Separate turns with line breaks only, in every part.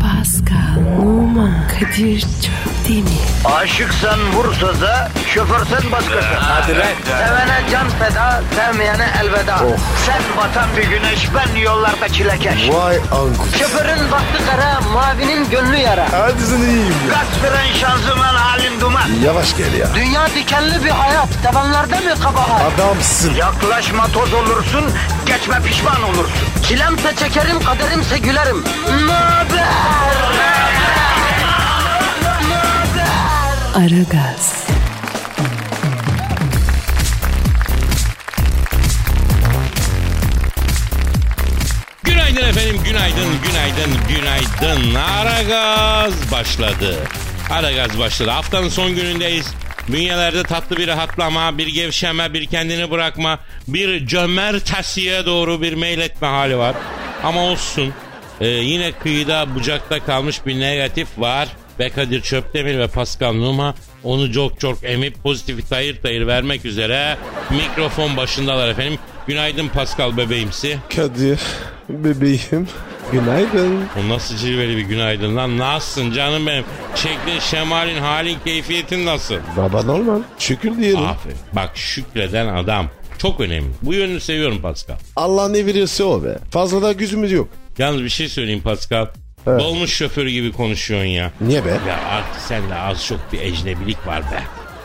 Pascal, Oman, Kadir çok değil mi?
Aşıksan vursa da şoförsen başkasın. Hadi
lan.
Sevene can feda, sevmeyene elveda. Sen batan bir güneş, ben yollarda çilekeş.
Vay anku.
Şoförün baktı kara, mavinin gönlü yara.
Hadi sen iyiyim ya.
Kasperen şanzıman halin duman.
Yavaş gel ya.
Dünya dikenli bir hayat, sevenlerde mi kabahar?
Adamsın.
Yaklaşma toz olursun, geçme pişman olursun. Çilemse çekerim, kaderimse gülerim. Möber!
Aragaz,
Günaydın efendim, günaydın, günaydın, günaydın. Aragaz başladı. Aragaz başladı. Haftanın son günündeyiz. Bünyelerde tatlı bir rahatlama, bir gevşeme, bir kendini bırakma, bir cömertasiye doğru bir meyletme hali var. Ama olsun. Ee, yine kıyıda bucakta kalmış bir negatif var. Ve Kadir Çöptemir ve Pascal Numa onu çok çok emip pozitifi tayır tayır vermek üzere mikrofon başındalar efendim. Günaydın Pascal bebeğimsi.
Kadir. Bebeğim. Günaydın.
O nasıl cilveli bir günaydın lan? Nasılsın canım benim? Şeklin, şemalin, halin, keyfiyetin nasıl?
Baba normal. Şükür diyelim.
Aferin. Bak şükreden adam. Çok önemli. Bu yönünü seviyorum Pascal.
Allah ne veriyorsa o be. Fazla da gücümüz yok.
Yalnız bir şey söyleyeyim Pascal.
Evet.
Dolmuş şoförü gibi konuşuyorsun ya.
Niye be?
Ya artık sende az çok bir ecnebilik var be.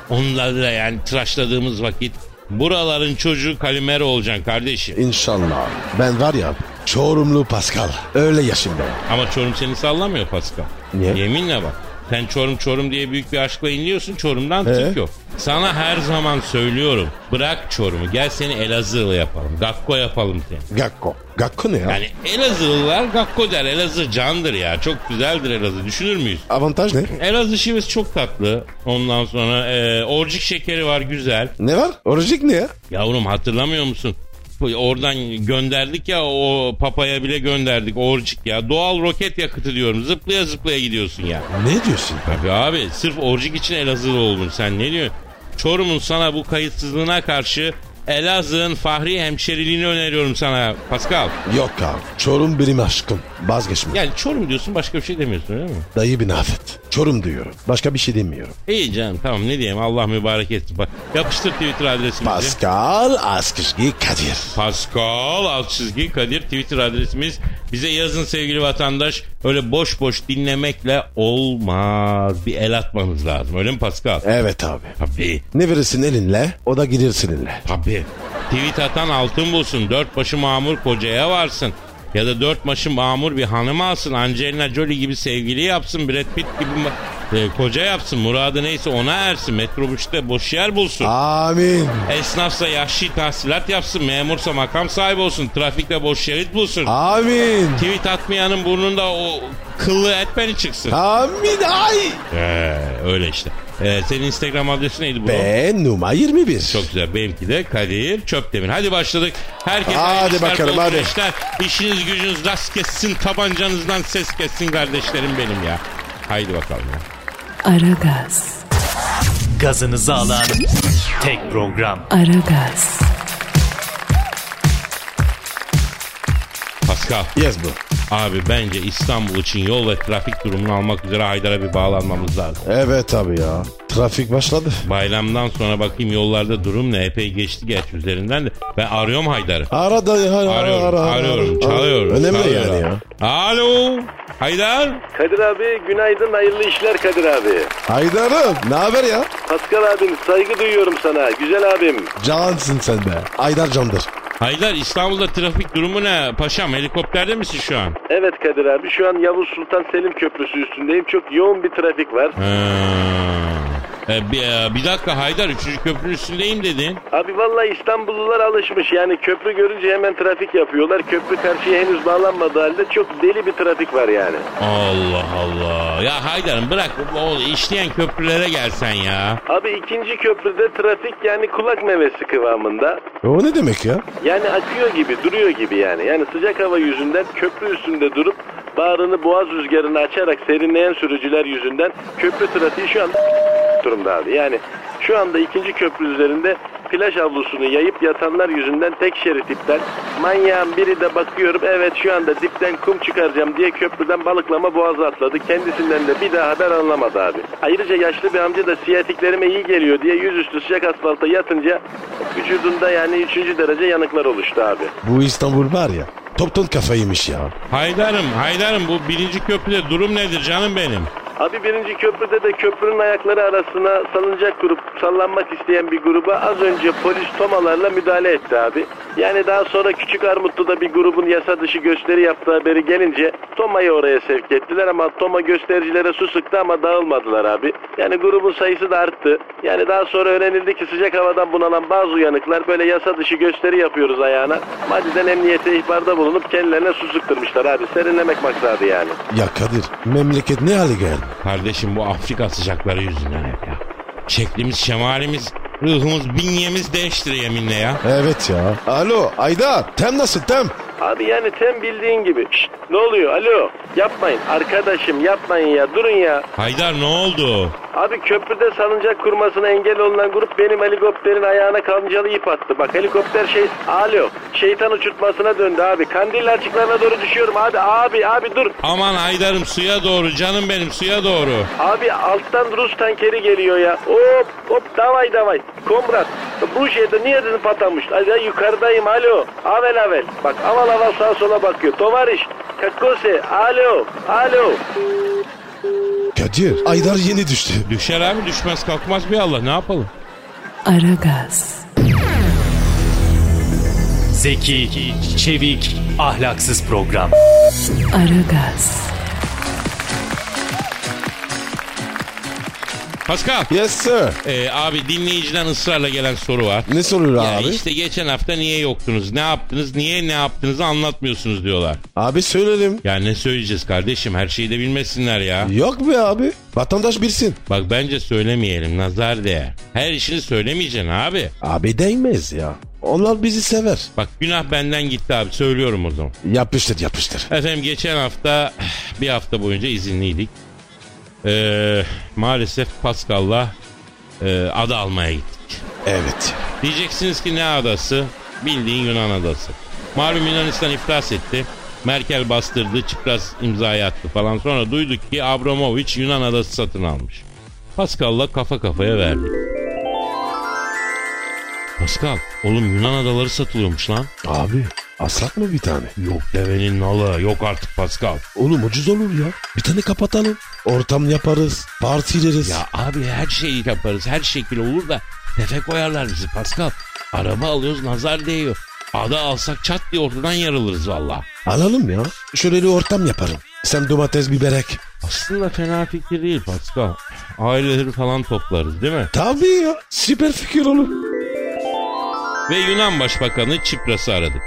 Onları da yani tıraşladığımız vakit buraların çocuğu kalimero olacaksın kardeşim.
İnşallah. Ben var ya Çorumlu Pascal. Öyle yaşım ben.
Ama Çorum seni sallamıyor Pascal.
Niye?
Yeminle bak. Sen Çorum Çorum diye büyük bir aşkla inliyorsun Çorum'dan
He?
tık yok. Sana her zaman söylüyorum. Bırak Çorum'u gel seni Elazığlı yapalım. Gakko yapalım seni.
Gakko. Gakko ne ya?
Yani Elazığlılar Gakko der. Elazığ candır ya. Çok güzeldir Elazığ. Düşünür müyüz?
Avantaj ne?
Elazığ şivesi çok tatlı. Ondan sonra e, orcik şekeri var güzel.
Ne var? Orijik ne ya?
Yavrum hatırlamıyor musun? Bu- Oradan gönderdik ya o papaya bile gönderdik orcik ya. Doğal roket yakıtı diyorum. Zıplaya zıplaya gidiyorsun ya.
Ne diyorsun?
Tabii abi sırf orcik için Elazığlı oldun sen ne diyorsun? Çorum'un sana bu kayıtsızlığına karşı Elazığ'ın fahri hemşeriliğini öneriyorum sana Pascal.
Yok abi. Çorum benim aşkım. Vazgeçme.
Yani Çorum diyorsun başka bir şey demiyorsun öyle mi?
Dayı bin afet. Çorum diyorum. Başka bir şey demiyorum.
İyi canım tamam ne diyeyim Allah mübarek etsin. Bak yapıştır Twitter adresimizi.
Pascal Askışki Kadir.
Pascal alt çizgi Kadir Twitter adresimiz. Bize yazın sevgili vatandaş. Öyle boş boş dinlemekle olmaz. Bir el atmanız lazım öyle mi Pascal?
Evet abi.
Tabii.
Ne verirsin elinle o da girir seninle.
Tabii. Tweet atan altın bulsun. Dört başı mamur kocaya varsın. Ya da dört başı mamur bir hanım alsın. Angelina Jolie gibi sevgili yapsın. Brad Pitt gibi ma- e, koca yapsın. Muradı neyse ona ersin. Metrobüste boş yer bulsun.
Ah. Amin.
Esnafsa yahşi tahsilat yapsın. Memursa makam sahibi olsun. Trafikte boş şerit bulsun.
Ah. Amin.
Tweet atmayanın burnunda o kıllı etmeni çıksın.
Ah. Amin ay.
Ee, öyle işte. Ee, senin Instagram adresi neydi bu?
Ben numara 21.
Çok güzel. Benimki de Kadir Çöpdemir. Hadi başladık. Herkes
Hadi
hayırlı işler,
bakalım,
bol
hadi.
güneşler. İşiniz gücünüz rast kessin. Tabancanızdan ses kessin kardeşlerim benim ya. Haydi bakalım ya.
Aragaz,
gazınızı alan tek program.
Aragaz,
Pascal
Yes bu.
abi bence İstanbul için yol ve trafik durumunu almak üzere Haydar'a bir bağlanmamız lazım.
Evet abi ya. Trafik başladı.
Bayramdan sonra bakayım yollarda durum ne? Epey geçti geç üzerinden de. Ben arıyorum Haydar'ı.
Ara da ara ara
Arıyorum,
ara. ara.
arıyorum, çalıyorum.
Önemli
çalıyorum.
yani ya.
Alo, Haydar.
Kadir abi günaydın hayırlı işler Kadir abi.
Haydar'ım ne haber ya?
Pascal abim saygı duyuyorum sana güzel abim.
Cansın sen be. Haydar candır.
Haydar İstanbul'da trafik durumu ne? Paşam helikopterde misin şu an?
Evet Kadir abi şu an Yavuz Sultan Selim Köprüsü üstündeyim çok yoğun bir trafik var.
Ha. E, bir, e, bir dakika Haydar 3. köprünün üstündeyim dedin.
Abi vallahi İstanbullular alışmış yani köprü görünce hemen trafik yapıyorlar. Köprü karşıya henüz bağlanmadığı halde çok deli bir trafik var yani.
Allah Allah. Ya Haydar'ım bırak o işleyen köprülere gelsen ya.
Abi ikinci köprüde trafik yani kulak memesi kıvamında.
O ne demek ya?
Yani akıyor gibi duruyor gibi yani. Yani sıcak hava yüzünden köprü üstünde durup bağrını boğaz rüzgarını açarak serinleyen sürücüler yüzünden köprü trafiği şu anda durumda abi. Yani şu anda ikinci köprü üzerinde
plaj havlusunu yayıp yatanlar yüzünden tek şerit iptal. Manyağın biri de bakıyorum evet şu anda dipten kum çıkaracağım diye köprüden balıklama boğaza atladı. Kendisinden de bir daha haber anlamadı abi. Ayrıca yaşlı bir amca da siyatiklerime iyi geliyor diye yüzüstü sıcak asfalta yatınca vücudunda yani 3. derece yanıklar oluştu abi.
Bu İstanbul var ya. Toptan kafaymış ya.
Haydarım Haydarım bu birinci köprüde durum nedir canım benim?
Abi birinci köprüde de köprünün ayakları arasına salıncak kurup sallanmak isteyen bir gruba az önce polis tomalarla müdahale etti abi. Yani daha sonra Küçük Armutlu'da bir grubun yasa dışı gösteri yaptığı haberi gelince Toma'yı oraya sevk ettiler ama Toma göstericilere su sıktı ama dağılmadılar abi. Yani grubun sayısı da arttı. Yani daha sonra öğrenildi ki sıcak havadan bunalan bazı uyanıklar böyle yasa dışı gösteri yapıyoruz ayağına. Madiden emniyete ihbarda bulunup kendilerine su sıktırmışlar abi. Serinlemek maksadı yani.
Ya Kadir memleket ne hale geldi?
Kardeşim bu Afrika sıcakları yüzünden hep ya. Şeklimiz, şemalimiz, ruhumuz, bünyemiz değiştir yeminle ya.
Evet ya. Alo Ayda tem nasıl tem?
Abi yani tem bildiğin gibi. Şşt, ne oluyor? Alo. Yapmayın. Arkadaşım yapmayın ya. Durun ya.
Haydar ne oldu?
Abi köprüde salıncak kurmasına engel olunan grup benim helikopterin ayağına kancalı ip attı. Bak helikopter şey... Alo. Şeytan uçurtmasına döndü abi. Kandil açıklarına doğru düşüyorum. Hadi abi abi dur.
Aman Haydar'ım suya doğru canım benim suya doğru.
Abi alttan Rus tankeri geliyor ya. Hop hop davay davay. Komrat. Bu şeyde niye dedim patlamış? Ay ben yukarıdayım alo. Avel avel. Bak aval aval sağa sola bakıyor. Tovarış. Kakose. Alo. Alo.
Kadir Aydar yeni düştü.
Düşer abi düşmez kalkmaz bir Allah ne yapalım?
Aragaz,
Zeki, çevik, ahlaksız program.
Aragaz,
Pascal.
Yes sir.
Ee, abi dinleyiciden ısrarla gelen soru var.
Ne soruyor
Ya
abi?
işte geçen hafta niye yoktunuz? Ne yaptınız? Niye ne yaptığınızı anlatmıyorsunuz diyorlar.
Abi söyleyelim.
Ya ne söyleyeceğiz kardeşim? Her şeyi de bilmesinler ya.
Yok be abi. Vatandaş bilsin.
Bak bence söylemeyelim nazar değer. Her işini söylemeyeceksin abi.
Abi değmez ya. Onlar bizi sever.
Bak günah benden gitti abi söylüyorum o zaman.
Yapıştır yapıştır.
Efendim geçen hafta bir hafta boyunca izinliydik. Ee, maalesef Pascal'la e, ada almaya gittik.
Evet.
Diyeceksiniz ki ne adası? Bildiğin Yunan adası. Malum Yunanistan iflas etti. Merkel bastırdı, Çipras imzayı attı falan. Sonra duyduk ki Abramovich Yunan adası satın almış. Pascal'la kafa kafaya verdik. Pascal, oğlum Yunan adaları satılıyormuş lan.
Abi aslak mı bir tane? Yok.
Devenin nalı yok artık Pascal.
Oğlum ucuz olur ya. Bir tane kapatalım. Ortam yaparız. Partileriz.
Ya abi her şeyi yaparız. Her şekil olur da tefe koyarlar bizi Pascal. Araba alıyoruz nazar değiyor. Ada alsak çat diye ortadan yarılırız valla.
Alalım ya. Şöyle bir ortam yaparım. Sen domates biberek.
Aslında fena fikir değil Pascal. Aileleri falan toplarız değil mi?
Tabii ya. Süper fikir olur.
Ve Yunan Başbakanı Çipras'ı aradık.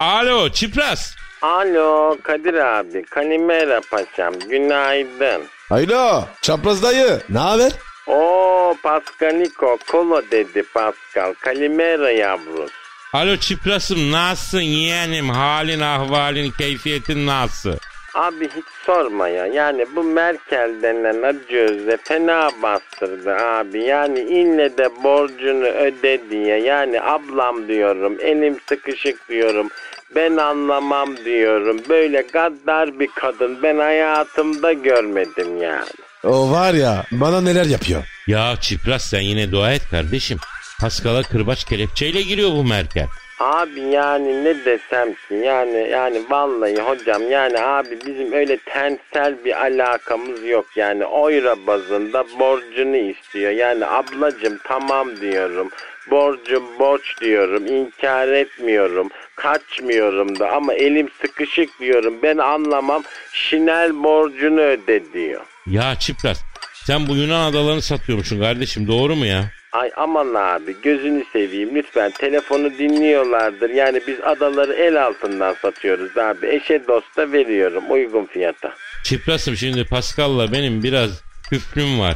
Alo Çipras.
Alo Kadir abi. Kalimera paşam. Günaydın.
Hayla. Çapraz dayı. Ne haber?
O Pascalico Kolo dedi Pascal. Kalimera yavrusu.
Alo Çipras'ım nasılsın yeğenim? Halin, ahvalin, keyfiyetin nasıl?
Abi hiç sorma ya. Yani bu Merkel denen acözle fena bastırdı abi. Yani inle de borcunu öde diye. Yani ablam diyorum. Elim sıkışık diyorum. Ben anlamam diyorum. Böyle gaddar bir kadın ben hayatımda görmedim yani.
O var ya bana neler yapıyor.
Ya Çipras sen yine dua et kardeşim. Paskal'a kırbaç kelepçeyle giriyor bu Merkel.
Abi yani ne desem ki yani yani vallahi hocam yani abi bizim öyle tensel bir alakamız yok yani oyra bazında borcunu istiyor yani ablacım tamam diyorum borcum borç diyorum inkar etmiyorum kaçmıyorum da ama elim sıkışık diyorum ben anlamam şinel borcunu öde diyor.
Ya Çipras sen bu Yunan adalarını satıyormuşsun kardeşim doğru mu ya?
Ay aman abi gözünü seveyim lütfen telefonu dinliyorlardır. Yani biz adaları el altından satıyoruz abi. Eşe dosta veriyorum uygun fiyata.
Çipras'ım şimdi Pascal'la benim biraz küfrüm var.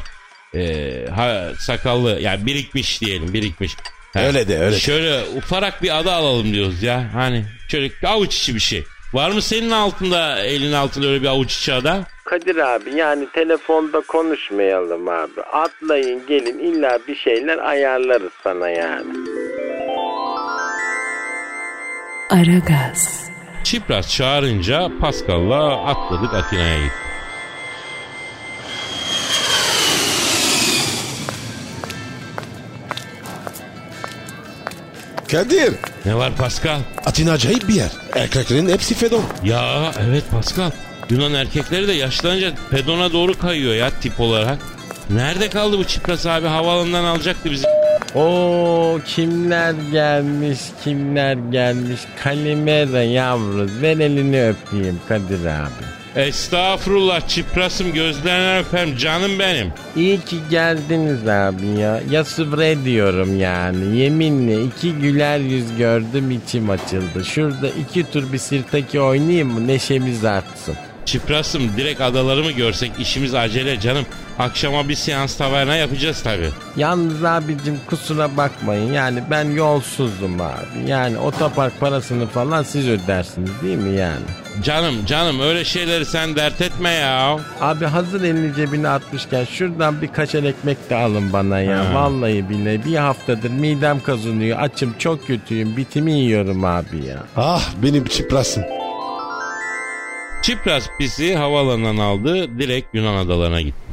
Ee, ha, sakallı yani birikmiş diyelim birikmiş. Ha,
Öyle de, öyle de.
Şöyle ufarak bir ada alalım diyoruz ya. Hani şöyle avuç içi bir şey. Var mı senin altında elin altında öyle bir avuç içi ada?
Kadir abi yani telefonda konuşmayalım abi. Atlayın gelin illa bir şeyler ayarlarız sana yani.
Aragaz,
Çipras çağırınca Pascal'la atladık Atina'ya gittik.
Kadir.
Ne var Pascal?
Atina acayip bir yer. Erkeklerin hepsi fedon.
Ya evet Pascal. Yunan erkekleri de yaşlanınca pedona doğru kayıyor ya tip olarak. Nerede kaldı bu Çipras abi? Havaalanından alacaktı bizi.
O kimler gelmiş kimler gelmiş Kalimera yavru ver elini öpeyim Kadir abi.
Estağfurullah Çipras'ım gözlerinden öperim canım benim.
İyi ki geldiniz abi ya. Ya sıvre diyorum yani. Yeminle iki güler yüz gördüm içim açıldı. Şurada iki tur bir sirtaki oynayayım mı neşemiz artsın.
Çipras'ım direkt adaları mı görsek işimiz acele canım. Akşama bir seans taverna yapacağız tabii.
Yalnız abicim kusura bakmayın yani ben yolsuzdum abi. Yani otopark parasını falan siz ödersiniz değil mi yani?
Canım canım öyle şeyleri sen dert etme ya.
Abi hazır elini cebine atmışken şuradan bir kaşar ekmek de alın bana ya. Vallahi bile bir haftadır midem kazınıyor. Açım çok kötüyüm. Bitimi yiyorum abi ya.
Ah benim çiprasım.
Çipras bizi havalandan aldı direkt Yunan adalarına gitti.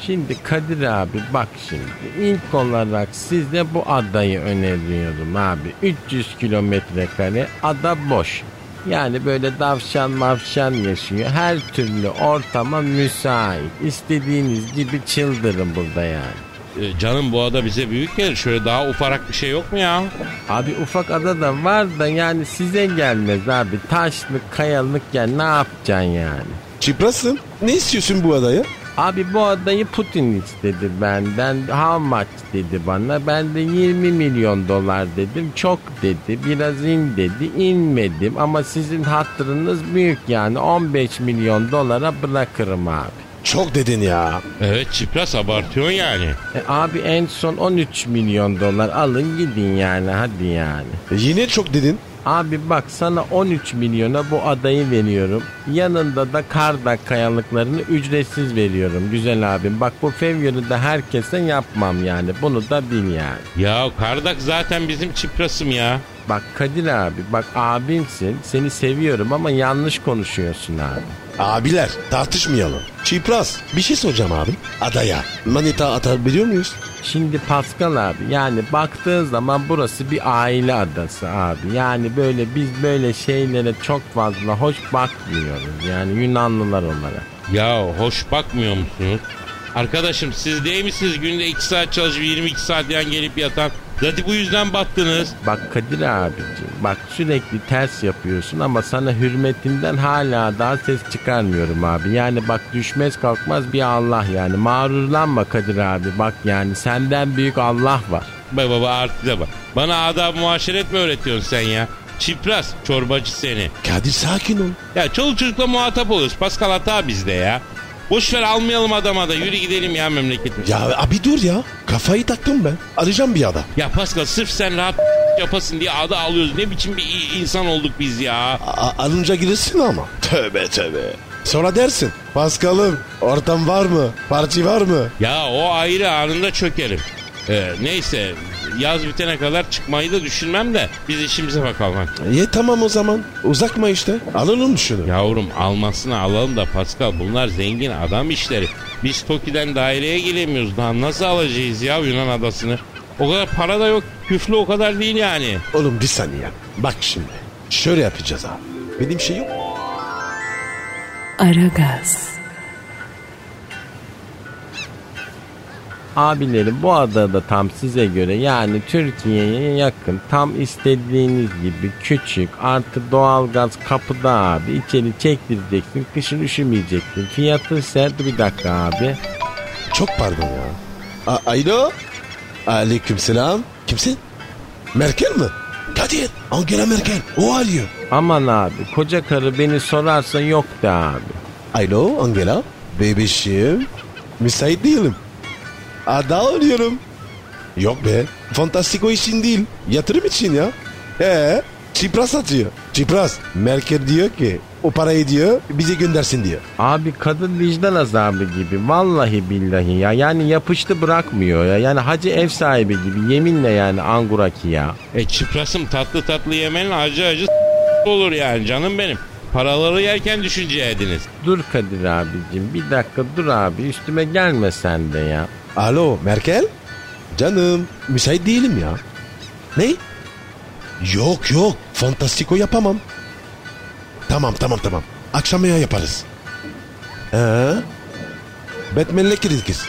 Şimdi Kadir abi bak şimdi. ilk olarak size bu adayı öneriyorum abi. 300 kilometre kare ada boş. Yani böyle davşan mavşan yaşıyor. Her türlü ortama müsait. İstediğiniz gibi çıldırın burada yani.
Ee, canım bu ada bize büyük gelir. Şöyle daha ufarak bir şey yok mu ya?
Abi ufak ada da var da yani size gelmez abi. Taşlık, kayalık ya ne yapacaksın yani?
Çiprasım ne istiyorsun bu adaya?
Abi bu adayı Putin istedi benden. How much dedi bana. Ben de 20 milyon dolar dedim. Çok dedi. Biraz in dedi. İnmedim ama sizin hatırınız büyük yani. 15 milyon dolara bırakırım abi.
Çok dedin ya.
Evet Çipras abartıyorsun yani.
E abi en son 13 milyon dolar alın gidin yani hadi yani.
Yine çok dedin.
Abi bak sana 13 milyona bu adayı veriyorum. Yanında da Kardak kayalıklarını ücretsiz veriyorum güzel abim. Bak bu fevyonu da herkese yapmam yani. Bunu da bil yani.
Ya Kardak zaten bizim Çipras'ım ya.
Bak Kadir abi bak abimsin. Seni seviyorum ama yanlış konuşuyorsun abi.
Abiler tartışmayalım. Çipras bir şey soracağım abim. Adaya manita atabiliyor muyuz?
Şimdi Pascal abi yani baktığın zaman burası bir aile adası abi. Yani böyle biz böyle şeylere çok fazla hoş bakmıyoruz yani Yunanlılar olarak.
Ya hoş bakmıyor musunuz? Arkadaşım siz değil misiniz günde 2 saat çalışıp 22 saat yan gelip yatan? Zaten bu yüzden battınız.
Bak Kadir abicim bak sürekli ters yapıyorsun ama sana hürmetimden hala daha ses çıkarmıyorum abi. Yani bak düşmez kalkmaz bir Allah yani mağrurlanma Kadir abi bak yani senden büyük Allah var.
Baba baba artık da bak. Bana adab muaşeret mi öğretiyorsun sen ya? Çipras çorbacı seni.
Kadir sakin ol.
Ya çoluk çocukla muhatap oluyoruz. Pascal hata bizde ya. Boş ver almayalım adama da yürü gidelim ya memleketimize. Ya.
Ya abi dur ya. Kafayı taktım ben. Arayacağım bir adam.
Pascal sırf sen rahat yapasın diye ada alıyoruz. Ne biçim bir i- insan olduk biz ya.
A- alınca girirsin ama. Tövbe tövbe. Sonra dersin. Paskal'ım ortam var mı? Parti var mı?
Ya o ayrı anında çökerim. Ee, neyse yaz bitene kadar çıkmayı da düşünmem de biz işimize bakalım. hadi.
İyi tamam o zaman. Uzakma işte. Alalım şunu.
Yavrum almasını alalım da Pascal bunlar zengin adam işleri. Biz Toki'den daireye giremiyoruz daha nasıl alacağız ya Yunan adasını? O kadar para da yok küflü o kadar değil yani.
Oğlum bir saniye. Bak şimdi. Şöyle yapacağız abi. Benim şey yok.
Aragaz,
Abilerim bu ada da tam size göre yani Türkiye'ye yakın tam istediğiniz gibi küçük artı doğalgaz kapıda abi içeri çektireceksin kışın üşümeyeceksin fiyatı set bir dakika abi
Çok pardon ya. A- Alo. Aleykümselam. Kimsin? Merkel mi? Kadir. Angela Merkel. O arıyor.
aman abi koca karı beni sorarsa yok da abi
Alo Angela. Bebişim. Müsait değilim. Ada arıyorum. Yok be. Fantastiko için değil. Yatırım için ya. Ee, Çipras atıyor. Çipras. Merkel diyor ki o parayı diyor bize göndersin diyor.
Abi kadın vicdan azabı gibi vallahi billahi ya yani yapıştı bırakmıyor ya yani hacı ev sahibi gibi yeminle yani Anguraki ya.
E çıprasım tatlı tatlı yemenin acı acı olur yani canım benim. Paraları yerken düşünce ediniz.
Dur Kadir abicim bir dakika dur abi üstüme gelme sen de ya.
Alo Merkel? Canım müsait değilim ya. Ne? Yok yok fantastiko yapamam. Tamam tamam tamam. Akşam ya yaparız. Ee? Batman'le gireceğiz.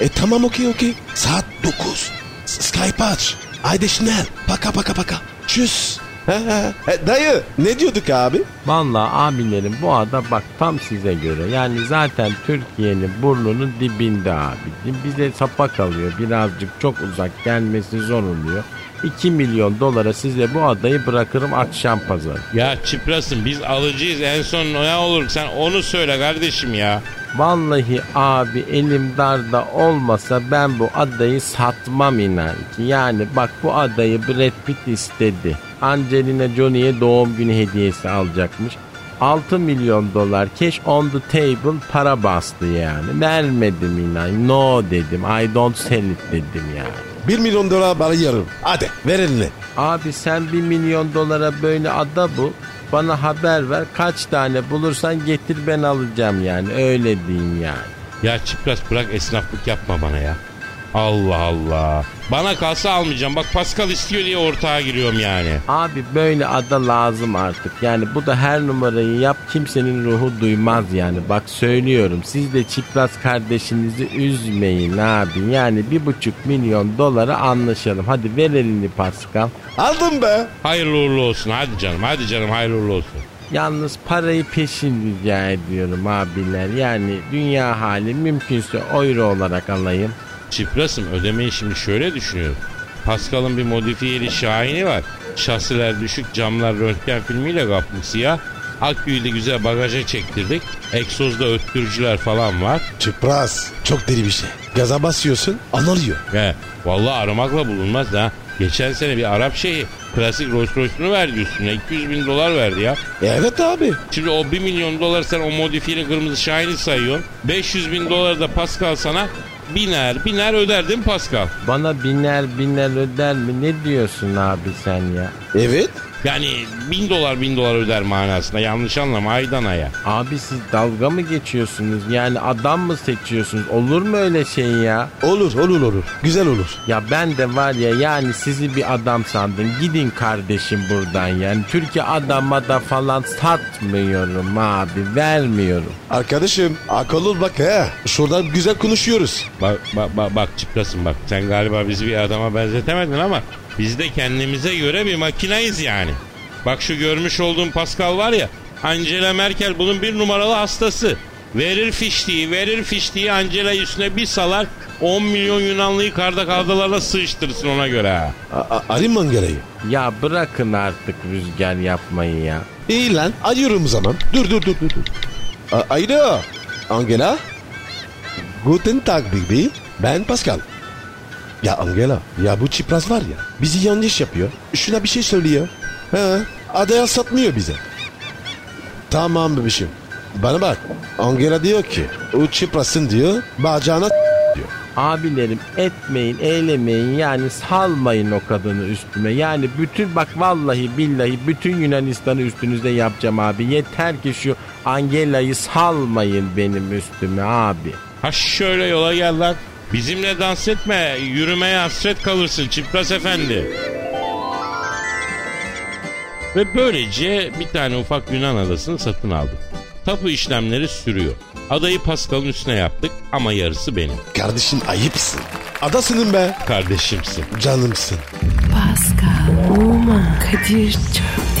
E tamam okey okey. Saat 9. S- Skype aç. Haydi şnel. Paka paka paka. Çüss. He, he. E, Dayı ne diyorduk abi?
Vallahi abilerim bu ada bak tam size göre yani zaten Türkiye'nin burnunun dibinde abicim bize sapa kalıyor birazcık çok uzak gelmesi zor oluyor. 2 milyon dolara size bu adayı bırakırım akşam pazarı.
Ya çıprasım biz alıcıyız en son ne olur sen onu söyle kardeşim ya.
Vallahi abi elim darda olmasa ben bu adayı satmam inan ki. Yani bak bu adayı Brad Pitt istedi. Angelina Jolie'ye doğum günü hediyesi alacakmış. 6 milyon dolar cash on the table para bastı yani. Vermedim inan. No dedim. I don't sell it dedim yani.
1 milyon dolar bana yarım. Hadi ver elini.
Abi sen 1 milyon dolara böyle ada bu. Bana haber ver. Kaç tane bulursan getir ben alacağım yani. Öyle diyeyim yani.
Ya çıpras bırak esnaflık yapma bana ya. Allah Allah. Bana kalsa almayacağım. Bak Pascal istiyor diye ortağa giriyorum yani.
Abi böyle ada lazım artık. Yani bu da her numarayı yap kimsenin ruhu duymaz yani. Bak söylüyorum siz de çipraz kardeşinizi üzmeyin abi. Yani bir buçuk milyon dolara anlaşalım. Hadi ver elini Pascal.
Aldım be.
Hayırlı uğurlu olsun. Hadi canım. Hadi canım hayırlı uğurlu olsun.
Yalnız parayı peşin rica ediyorum abiler. Yani dünya hali mümkünse euro olarak alayım.
Çiprasım ödemeyi şimdi şöyle düşünüyorum. Pascal'ın bir modifiyeli şahini var. Şasiler düşük camlar röntgen filmiyle kaplı siyah. Akgüyü de güzel bagaja çektirdik. Eksozda öttürücüler falan var.
Çipras. Çok deli bir şey. Gaza basıyorsun anılıyor.
He, vallahi aramakla bulunmaz ha. Geçen sene bir Arap şeyi klasik Rolls Royce'unu verdi üstüne. 200 bin dolar verdi ya.
E Evet abi.
Şimdi o 1 milyon dolar sen o modifiyeli kırmızı şahini sayıyorsun. 500 bin dolar da Pascal sana biner biner öder değil mi Pascal?
Bana biner biner öder mi? Ne diyorsun abi sen ya?
Evet.
Yani bin dolar bin dolar öder manasında yanlış anlama aydan aya.
Abi siz dalga mı geçiyorsunuz? Yani adam mı seçiyorsunuz? Olur mu öyle şey ya?
Olur olur olur. Güzel olur.
Ya ben de var ya yani sizi bir adam sandım. Gidin kardeşim buradan yani. Türkiye adama da falan satmıyorum abi. Vermiyorum.
Arkadaşım akıllı ol bak he. Şuradan güzel konuşuyoruz.
Bak bak bak, bak çıplasın bak sen galiba bizi bir adama benzetemedin ama biz de kendimize göre bir makineyiz yani. Bak şu görmüş olduğum Pascal var ya Angela Merkel bunun bir numaralı hastası. Verir fiştiği verir fiştiği Angela üstüne bir salar 10 milyon Yunanlıyı karda kardalarla sığıştırsın ona göre ha.
A- a- arayayım mı Ankara'yı?
Ya bırakın artık rüzgar yapmayı ya.
İyi lan arıyorum o zaman. Dur dur dur dur. dur. A- Alo. Angela. Guten Tag Bibi. Ben Pascal. Ya Angela ya bu çipraz var ya bizi yanlış yapıyor. Şuna bir şey söylüyor. He, adaya satmıyor bize. Tamam bebişim. Bana bak. Angela diyor ki o çiprasın diyor bacağına diyor.
Abilerim etmeyin, eylemeyin yani salmayın o kadını üstüme. Yani bütün bak vallahi billahi bütün Yunanistan'ı üstünüzde yapacağım abi. Yeter ki şu Angela'yı salmayın benim üstüme abi.
Ha şöyle yola gel lan. Bizimle dans etme, yürümeye hasret kalırsın Çipras Efendi. Ve böylece bir tane ufak Yunan adasını satın aldık. Tapu işlemleri sürüyor. Adayı Pascal'ın üstüne yaptık ama yarısı benim.
Kardeşim ayıpsın. Adasının be.
Kardeşimsin.
Canımsın.
Pascal, Oman, Kadir çok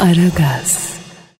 Aragaz.